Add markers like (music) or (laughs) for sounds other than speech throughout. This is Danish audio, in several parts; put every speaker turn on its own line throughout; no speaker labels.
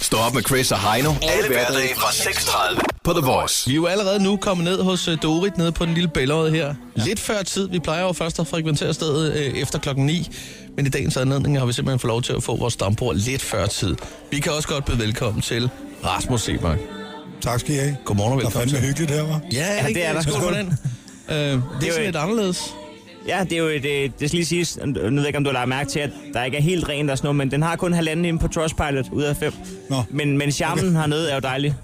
Stå op med Chris og Heino. Alle hverdage fra 6.30 på The Voice.
Vi er jo allerede nu kommet ned hos øh, Dorit, nede på den lille bælgerød her. Ja. Lidt før tid. Vi plejer jo først at frekventere stedet øh, efter klokken 9. Men i dagens anledning har vi simpelthen fået lov til at få vores dampbord lidt før tid. Vi kan også godt byde velkommen til Rasmus Seberg.
Tak skal I have.
Godmorgen og
Der er
velkommen
fandme
til.
hyggeligt her, var.
Ja,
Ja, det er der.
Skål for den. Øh, det er
jo
sådan
et-
lidt anderledes.
Ja, det er jo et, øh, det skal lige siges, nu ved jeg ikke, om du har lagt mærke til, at der ikke er helt rent og sådan noget, men den har kun halvanden inde på Trustpilot ud af fem.
Nå.
Men, men charmen okay. hernede er jo dejlig.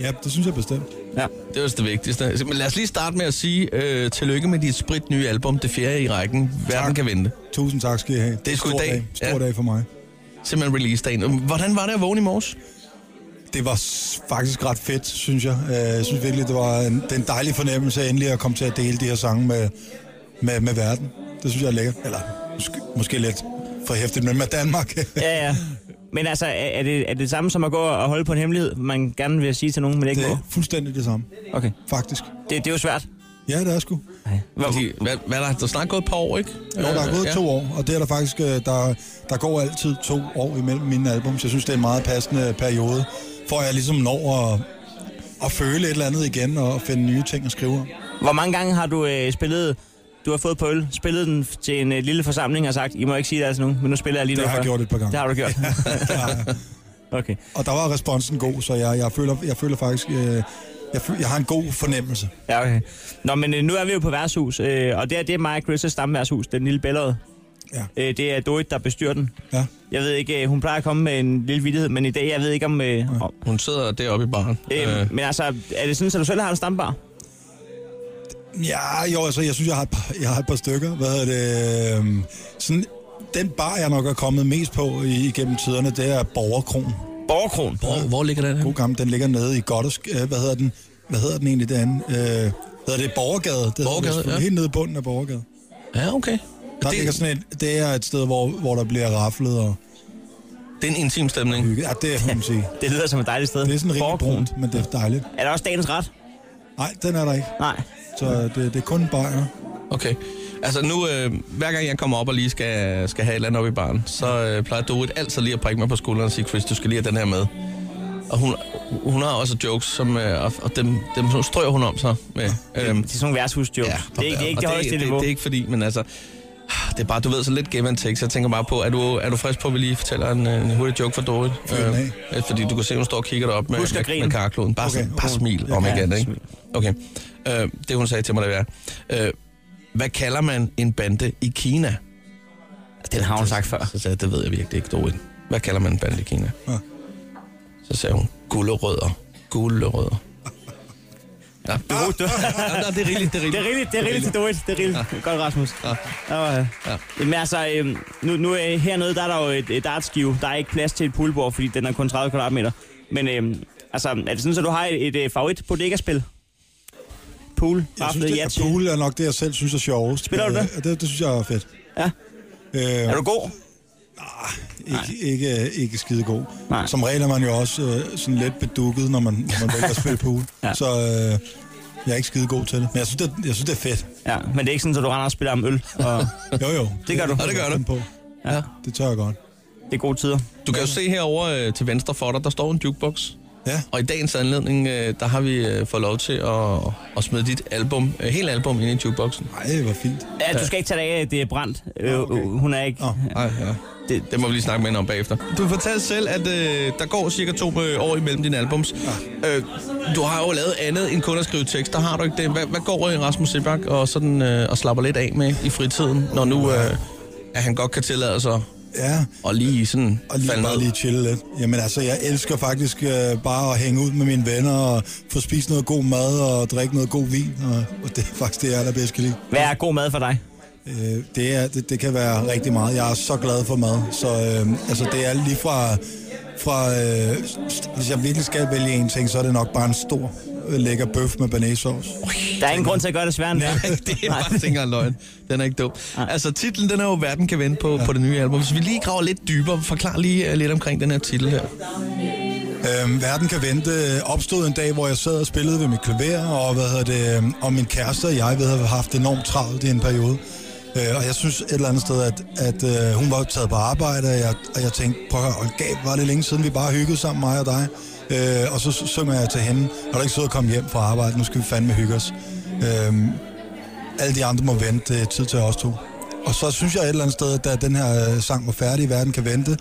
Ja, det synes jeg bestemt.
Ja.
Det er også det vigtigste. Men lad os lige starte med at sige øh, tillykke med dit sprit nye album, det fjerde i rækken. Verden
Tak.
kan vente.
Tusind tak skal I have.
Det er sgu i
Stor
dag.
Stor
Ja.
dag for mig.
Simpelthen release-dagen. Hvordan var det at vågne i morges?
Det var s- faktisk ret fedt, synes jeg. Øh, Jeg synes virkelig, det var en, det er en dejlig fornemmelse at endelig at komme til at dele de her sange med, med, med verden. Det synes jeg er lækkert. Eller måske, måske lidt for hæftigt, men med Danmark. (laughs)
ja, ja. Men altså, er, er, det, er det samme som at gå og holde på en hemmelighed, man gerne vil sige til nogen, men ikke
det
må?
er fuldstændig det samme,
Okay.
faktisk.
Det, det er jo svært.
Ja, det er sgu.
Nej.
Fordi, hvad, hvad er der? Der er snart gået et par år, ikke?
Jo, der er gået
ja.
to år, og det er der faktisk, øh, der, der går altid to år imellem mine album, så jeg synes, det er en meget passende periode, for at jeg ligesom når at, at føle et eller andet igen, og finde nye ting at skrive om.
Hvor mange gange har du øh, spillet, du har fået på øl, spillet den til en øh, lille forsamling og sagt, I må ikke sige det altså nu, men nu spiller jeg lige
Det
noget
har jeg
for jer."
gjort et par gange.
Det har
(laughs)
du gjort. okay.
Og der var responsen god, så jeg, jeg, føler, jeg føler faktisk, øh, jeg, føl, jeg har en god fornemmelse.
Ja, okay. Nå, men øh, nu er vi jo på værtshus, øh, og det er, det er mig og Chris' stamværtshus, den lille bællerede.
Ja.
Øh, det er Dorit, der bestyrer den.
Ja.
Jeg ved ikke, øh, hun plejer at komme med en lille vittighed, men i dag, jeg ved ikke om... Øh, om
Hun sidder deroppe i baren.
øh,
Øh,
Men altså, er det sådan, at du selv har en stambar?
Ja, jo, altså, jeg synes, jeg har et par, jeg har et par stykker. Hvad hedder det? øhm, Sådan, den bar, jeg nok er kommet mest på i, igennem tiderne, det er Borgerkron.
Borgerkron.
hvor, hvor ligger den her?
God gammel, den ligger nede i Goddesk. Øh, hvad hedder den? Hvad hedder den egentlig derinde? Øh, hedder det Borgergade? Det
Borgergade,
hedder det,
ja.
Helt nede i bunden af Borgergade.
Ja, okay.
Der det... ligger
Det,
sådan et, det er et sted, hvor, hvor der bliver raflet og
det er en intim stemning.
bygget. Ja, det kan man sige.
Det lyder som et dejligt sted.
Det er sådan rimelig
Borgerkron.
brunt, men det er dejligt.
Er der også dagens ret?
Nej, den er der ikke.
Nej.
Så øh, det, det er kun bajer.
Okay. Altså nu, øh, hver gang jeg kommer op og lige skal, skal have et eller andet op i baren, så øh, plejer Dorit altid lige at prikke mig på skulderen og sige, Chris, du skal lige have den her med. Og hun, hun har også jokes, som, øh, og, og dem, dem strøger hun om sig med. Øhm,
Det er sådan nogle værtshusjokes. det, er ikke, det er ikke
og
det højeste
det,
niveau.
Det, det er ikke fordi, men altså... Det er bare, du ved, så lidt give and take, så jeg tænker bare på, er du, er du frisk på, at vi lige fortæller en, øh, en hurtig joke for Dorit?
Fyr den
øh, fordi du kan se, hun står og kigger dig op med,
Husk at
med,
grine.
med karkloden. Bare,
Okay,
okay, bare
okay.
smil om
Ja,
igen, ikke?
smil.
Okay. Øh, det, hun sagde til mig, det var, øh, hvad kalder man en bande i Kina?
Den har hun sagt før.
Så sagde jeg, det ved jeg virkelig ikke, Dorit. Hvad kalder man en bande i Kina?
Ja.
Så sagde hun, gullerødder. Gullerødder. Ja, du, du, ja, nej, det er rigeligt, det er rigeligt.
Det er rigeligt, det er rigeligt til Dorit. Det er rigeligt. Ja. Godt, Rasmus. Ja. Ja.
Ja.
Men altså, øhm, nu, nu øh, hernede, der er der jo et, et dartskive. Der er ikke plads til et poolbord, fordi den er kun 30 kvadratmeter. Men øhm, altså, er det sådan, at du har et, et, et favorit bodega-spil? Pool,
Jeg synes,
raflet,
det er,
yatzy.
pool er nok det, jeg selv synes er sjovest.
Spiller du
Øh,
det?
det? Det synes jeg er fedt.
Ja.
Øh,
Er du god?
Ikke, ikke, øh, ikke skide god.
Nej.
Som regel er man jo også øh, sådan lidt bedukket, når man, når man vælger at spille pool.
(laughs) Ja.
Så øh, jeg er ikke skide god til det. Men jeg synes, det, jeg synes, det er fedt.
Ja, men det er ikke sådan, at du render og spiller om øl. Og
Jo, jo.
det gør du.
Og det gør du.
På.
Ja.
Det tør jeg godt.
Det er gode tider.
Du kan jo se herovre øh, til venstre for dig, der står en jukebox.
Ja,
Og i dagens anledning, øh, der har vi øh, fået lov til at, at smide dit album, øh, hele album ind i jukeboxen.
nej, hvor fint.
Ja, du skal ikke tage dig af, at det er brændt.
Ah,
Øh, øh, Hun er ikke...
Nå.
Nej, ja.
Det-
Det, det må vi lige snakke med hende om bagefter. Du fortalte selv, at øh, der går cirka to øh, år imellem dine albums. Ja. Øh, du har jo lavet andet end kun at skrive tekst. Der har du ikke det. Hvad, hvad går øh, Rasmus Sebak og, sådan, øh, og slapper lidt af med i fritiden, når nu øh, at han godt kan tillade sig
Ja,
at lige sådan
og lige,
falde
bare
ned?
lige chille lidt. Jamen altså, jeg elsker faktisk øh, bare at hænge ud med mine venner og få spist noget god mad og drikke noget god vin. Og, og det er faktisk det, jeg allerbedst kan lide.
Hvad er god mad for dig?
Øh, det, er, det, det kan være rigtig meget. Jeg er så glad for mad. Så øh, altså, det er lige fra... fra øh, st- hvis jeg virkelig skal vælge en ting, så er det nok bare en stor øh, lækker bøf med banæsauce.
Der er ingen grund til at gøre det sværere end
Nej, (laughs) det er bare ikke engang løgn. Den er ikke dum. Altså, titlen, den er jo Verden kan vente på, ja. på det nye album. Hvis vi lige graver lidt dybere, forklar lige uh, lidt omkring den her titel her.
Øhm, verden kan vente øh, opstod en dag, hvor jeg sad og spillede ved mit klaver, og, hvad hedder det, øhm, og min kæreste og jeg ved, har haft enormt travlt i en periode. Øh, og jeg synes et eller andet sted, at, at øh, hun var taget på arbejde, og jeg, og jeg tænkte, prøv at høre, hold gab, var det længe siden, vi bare hyggede sammen, mig og dig. Øh, og så s- synger jeg til hende, har du ikke siddet og komme hjem fra arbejde, nu skal vi fandme hygge os. Øh, alle de andre må vente, det er tid til os to. Og så synes jeg et eller andet sted, at da den her øh, sang var færdig, verden kan vente,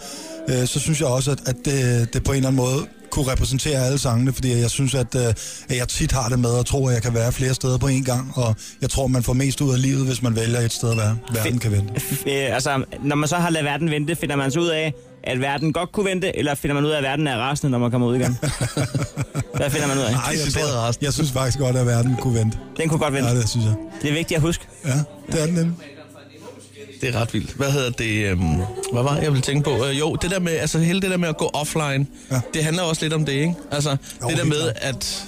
øh, så synes jeg også, at, at det, det på en eller anden måde kunne repræsentere alle sangene, fordi jeg synes, at, øh, at jeg tit har det med at tro, at jeg kan være flere steder på én gang, og jeg tror, man får mest ud af livet, hvis man vælger et sted at være. Verden kan vente.
Øh, altså, når man så har ladet verden vente, finder man så ud af, at verden godt kunne vente, eller finder man ud af, at verden er rasende, når man kommer ud
(laughs)
igen? Hvad finder man ud af?
Ej, jeg,
decideret
tror,
resten.
jeg synes faktisk godt, at verden kunne vente.
Den kunne godt vente.
Ja, det synes jeg.
Det er vigtigt at huske.
Ja, det er den nemlig.
Det er ret vildt. Hvad hedder det? Øhm, hvad var det, jeg ville tænke på? Øh, jo, det der med, altså hele det der med at gå offline, ja.
Ja.
det handler også lidt om det, ikke? Altså, jo, det der
helt
med, at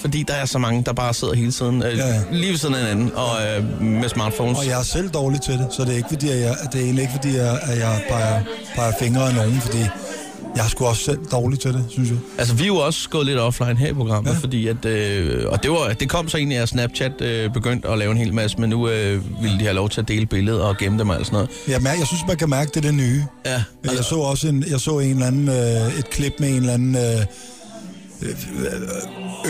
fordi der er så mange, der bare sidder hele tiden, øh, ja,
Ja,
ja.
ja.
lige ved siden af hinanden, og øh, med smartphones.
Og jeg er selv dårlig til det, så det er, ikke, fordi at jeg, det er egentlig ikke, fordi jeg, at jeg peger, peger fingre af nogen, fordi jeg er sgu også selv dårlig til det, synes jeg.
Altså, vi er jo også gået lidt offline her i programmet, ja.
Ja.
fordi at... Øh, og det, var, det kom så egentlig, at Snapchat øh, begyndte at lave en hel masse, men nu øh, ville de have lov til at dele billeder og gemme dem og alt sådan noget. Altså,
Jeg, mær- jeg synes, man kan mærke, det er det nye.
Ja,
Jeg så også en, jeg så en eller anden, øh, et klip med en eller anden øh, øh,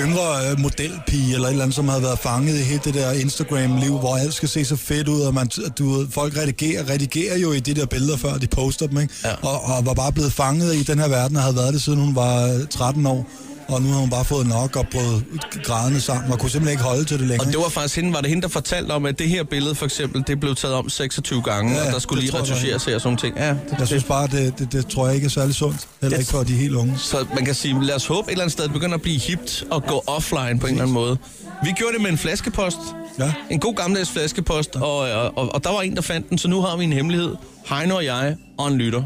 yngre øh, modelpige, eller et eller andet, som havde været fanget i hele det der Instagram-liv, hvor alt skal se så fedt ud, og man, du, ved, folk redigerer, redigerer jo i de der billeder, før de poster dem, ikke?
Ja.
Og, og var bare blevet fanget i den her verden, og havde været det, siden hun var øh, 13 år. Og nu har hun bare fået nok og brød grædende sammen, og kunne simpelthen ikke holde til det længere.
Og det var faktisk hende, var det hende, der fortalte om, at det her billede for eksempel, det blev taget om 26 gange, ja,
Ja,
og der skulle
det
lige
tror jeg,
retuscheres her og sådan nogle ting. Ja, det,
Jeg synes bare, det, det, det tror jeg ikke er særlig sundt, heller
Det-
ikke for de helt unge.
så man kan sige, lad os håbe et eller andet sted, at det begynder at blive hipt og gå offline på en eller anden måde. Vi gjorde det med en flaskepost.
Ja.
En god gammeldags flaskepost, og, og, og, og der var en, der fandt den, så nu har vi en hemmelighed. Heino og jeg og en lytter.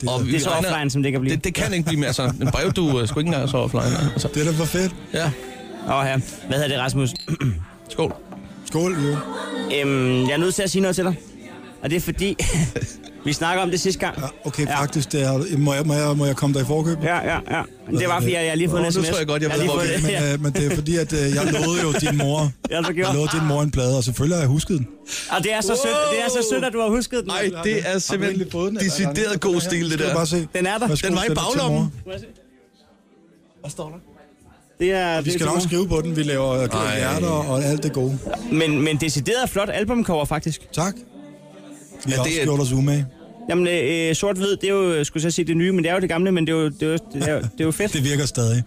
Det,
og
Det er så offline, som det kan blive.
Det, det kan ikke blive mere. Altså, en brev, du uh, skulle ikke engang så offline. Altså,
det er da for fedt.
ja,
Åh, ja. Hvad hedder det, Rasmus?
skål.
Skål, jo.
Øhm, jeg er nødt til at sige noget til dig. Og det er fordi, (laughs) vi snakker om det sidste gang.
Ja, okay,
Ja.
ja. faktisk, det er, må, jeg, må, jeg, må jeg komme dig i forkøb?
Ja, ja, ja. Men det var fordi, jeg, jeg lige har fået
Nå,
en
nu
sms.
tror jeg godt, jeg ved,
har lige
hvor
fået
vi-
det.
Men,
Ja,
øh, men det er fordi, at øh,
(laughs)
jeg lovede jo din mor,
jeg har så
jeg lovede
gjort.
din mor en plade, og selvfølgelig har jeg husket den.
(laughs) Og det er så sødt, det er så sødt, at du har husket den.
Ej, det er simpelthen decideret god stil, det
Skal du
der.
Bare se.
Den er der.
Værsgo,
Den var i
send det til
baglommen.
mor.
Det er,
Vi skal nok skrive på den, vi laver øh,
Ej.
hjerter og alt det gode.
Men, men decideret flot albumcover, faktisk.
Tak. Vi
Ja,
har
det
også
er-
gjort os umage.
Jamen, øh, øh, sort-hvid, det er jo, øh, skulle jeg så sige, det nye, men det er jo det gamle, men det er jo, det er jo, det er jo, det er jo
(laughs)
fedt.
Det virker stadig.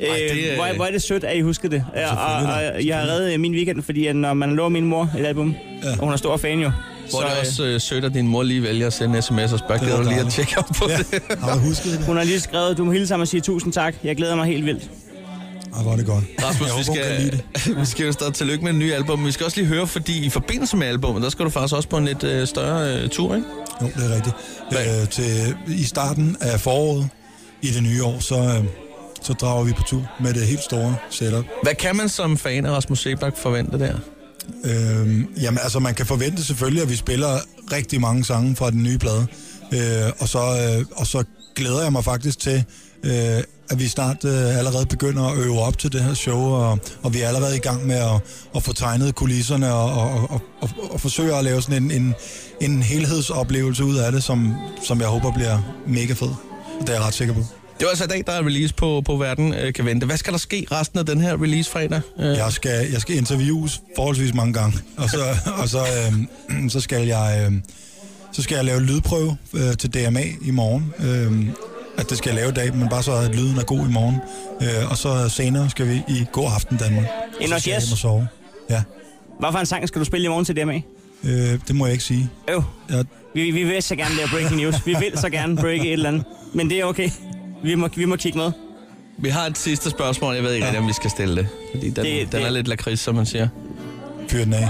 Ej,
Øh,
det er-
hvor, er- hvor er det sødt, at I husker det. Ja, og,
selvfølgelig da.
og jeg har reddet øh, min weekend, fordi at når man lover min mor et album, ja. og hun er stor fan jo.
Hvor
så,
det
øh,
også øh, sødt, at din mor lige vælger at sende en sms og spørge,
Det var
gider du lige at
dejligt.
tjekke op (laughs) på
Ja,
det? (laughs)
har du husket det?
Hun har lige skrevet, du må hilse ham og sige tusind tak. Jeg glæder mig helt vildt.
Ah, hvor er det godt.
Rasmus,
jeg
vi
håber, hun kan lide det.
skal, (laughs) vi skal jo stadig tillykke med en ny album. Vi skal også lige høre, fordi i forbindelse med albumet, der skal du faktisk også på en lidt øh, større øh, tur, ikke?
Jo, det er rigtigt.
Hvad?
Øh, til, I starten af foråret i det nye år, så, øh, så drager vi på tur med det helt store setup.
Hvad kan man som fan af Rasmus Sebak forvente der?
Øh, jamen, altså, man kan forvente selvfølgelig, at vi spiller rigtig mange sange fra den nye plade. Øh, og, så, øh, og så glæder jeg mig faktisk til, øh, at vi snart øh, allerede begynder at øve op til det her show, og, og vi er allerede i gang med at, at få tegnet kulisserne og, og, og, og, og forsøge at lave sådan en, en, en helhedsoplevelse ud af det, som, som jeg håber bliver mega fed. Det er jeg ret sikker på.
Det er altså i dag, der er release på, på Verden øh, kan vente. Hvad skal der ske resten af den her release fredag? Øh, ja.
Jeg skal, jeg skal interviews forholdsvis mange gange, og så, (laughs) og så, øh, så skal jeg... Øh, så skal jeg lave lydprøve øh, til DMA i morgen. Øh, at det skal jeg lave i dag, men bare så, at lyden er god i morgen. Øh, og så senere skal vi i god aften Danmark.
Ind
så
hos
skal jeg
Jes.
hjem og sove. Ja,
Hvad for en sang skal du spille i morgen til DMA?
øh, det må jeg ikke sige.
Øv.
Jeg,
Vi, vi vil så gerne lave breaking news. Vi vil så gerne breake et eller andet. Men det er okay. Vi må, vi må kigge med.
Vi har et sidste spørgsmål. Jeg ved ikke rigtig, om vi skal stille det. Fordi den, det,
Det-
den
det-
er lidt lakrids, som man siger.
fyr den af.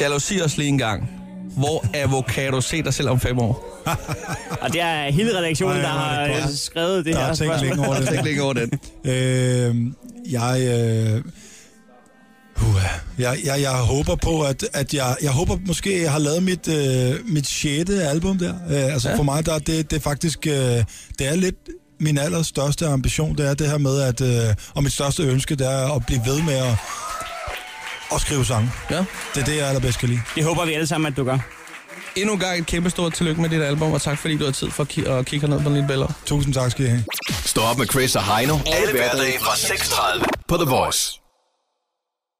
Jalousi os lige en gang. Hvor avocado se dig selv om fem år?
Og det er hele redaktionen,
Ej,
der
hvor er det
har
godt.
øh, skrevet det
Der
her
er tænkt
spørgsmål.
længe over
Tænk
det.
ikke over den.
Øh, jeg, øh, uha. jeg, jeg, jeg håber på, at, at jeg, jeg håber måske, jeg har lavet mit, øh, mit sjette album der. Øh, altså
Ja.
ja. for mig, der er det, det er faktisk, øh, det er lidt min allerstørste ambition, det er det her med, at, øh, og mit største ønske, det er at blive ved med at og skrive sange.
Ja.
Det er det, jeg allerbedst kan lide.
Det håber vi alle sammen, at du gør.
Endnu en gang et kæmpe stort tillykke med dit album, og tak fordi du har tid for at, ki- at kigge herned på den lille billede.
Tusind tak skal I have.
Stå op med Chris og Heino. Alle hverdage fra 6.30 på The Voice.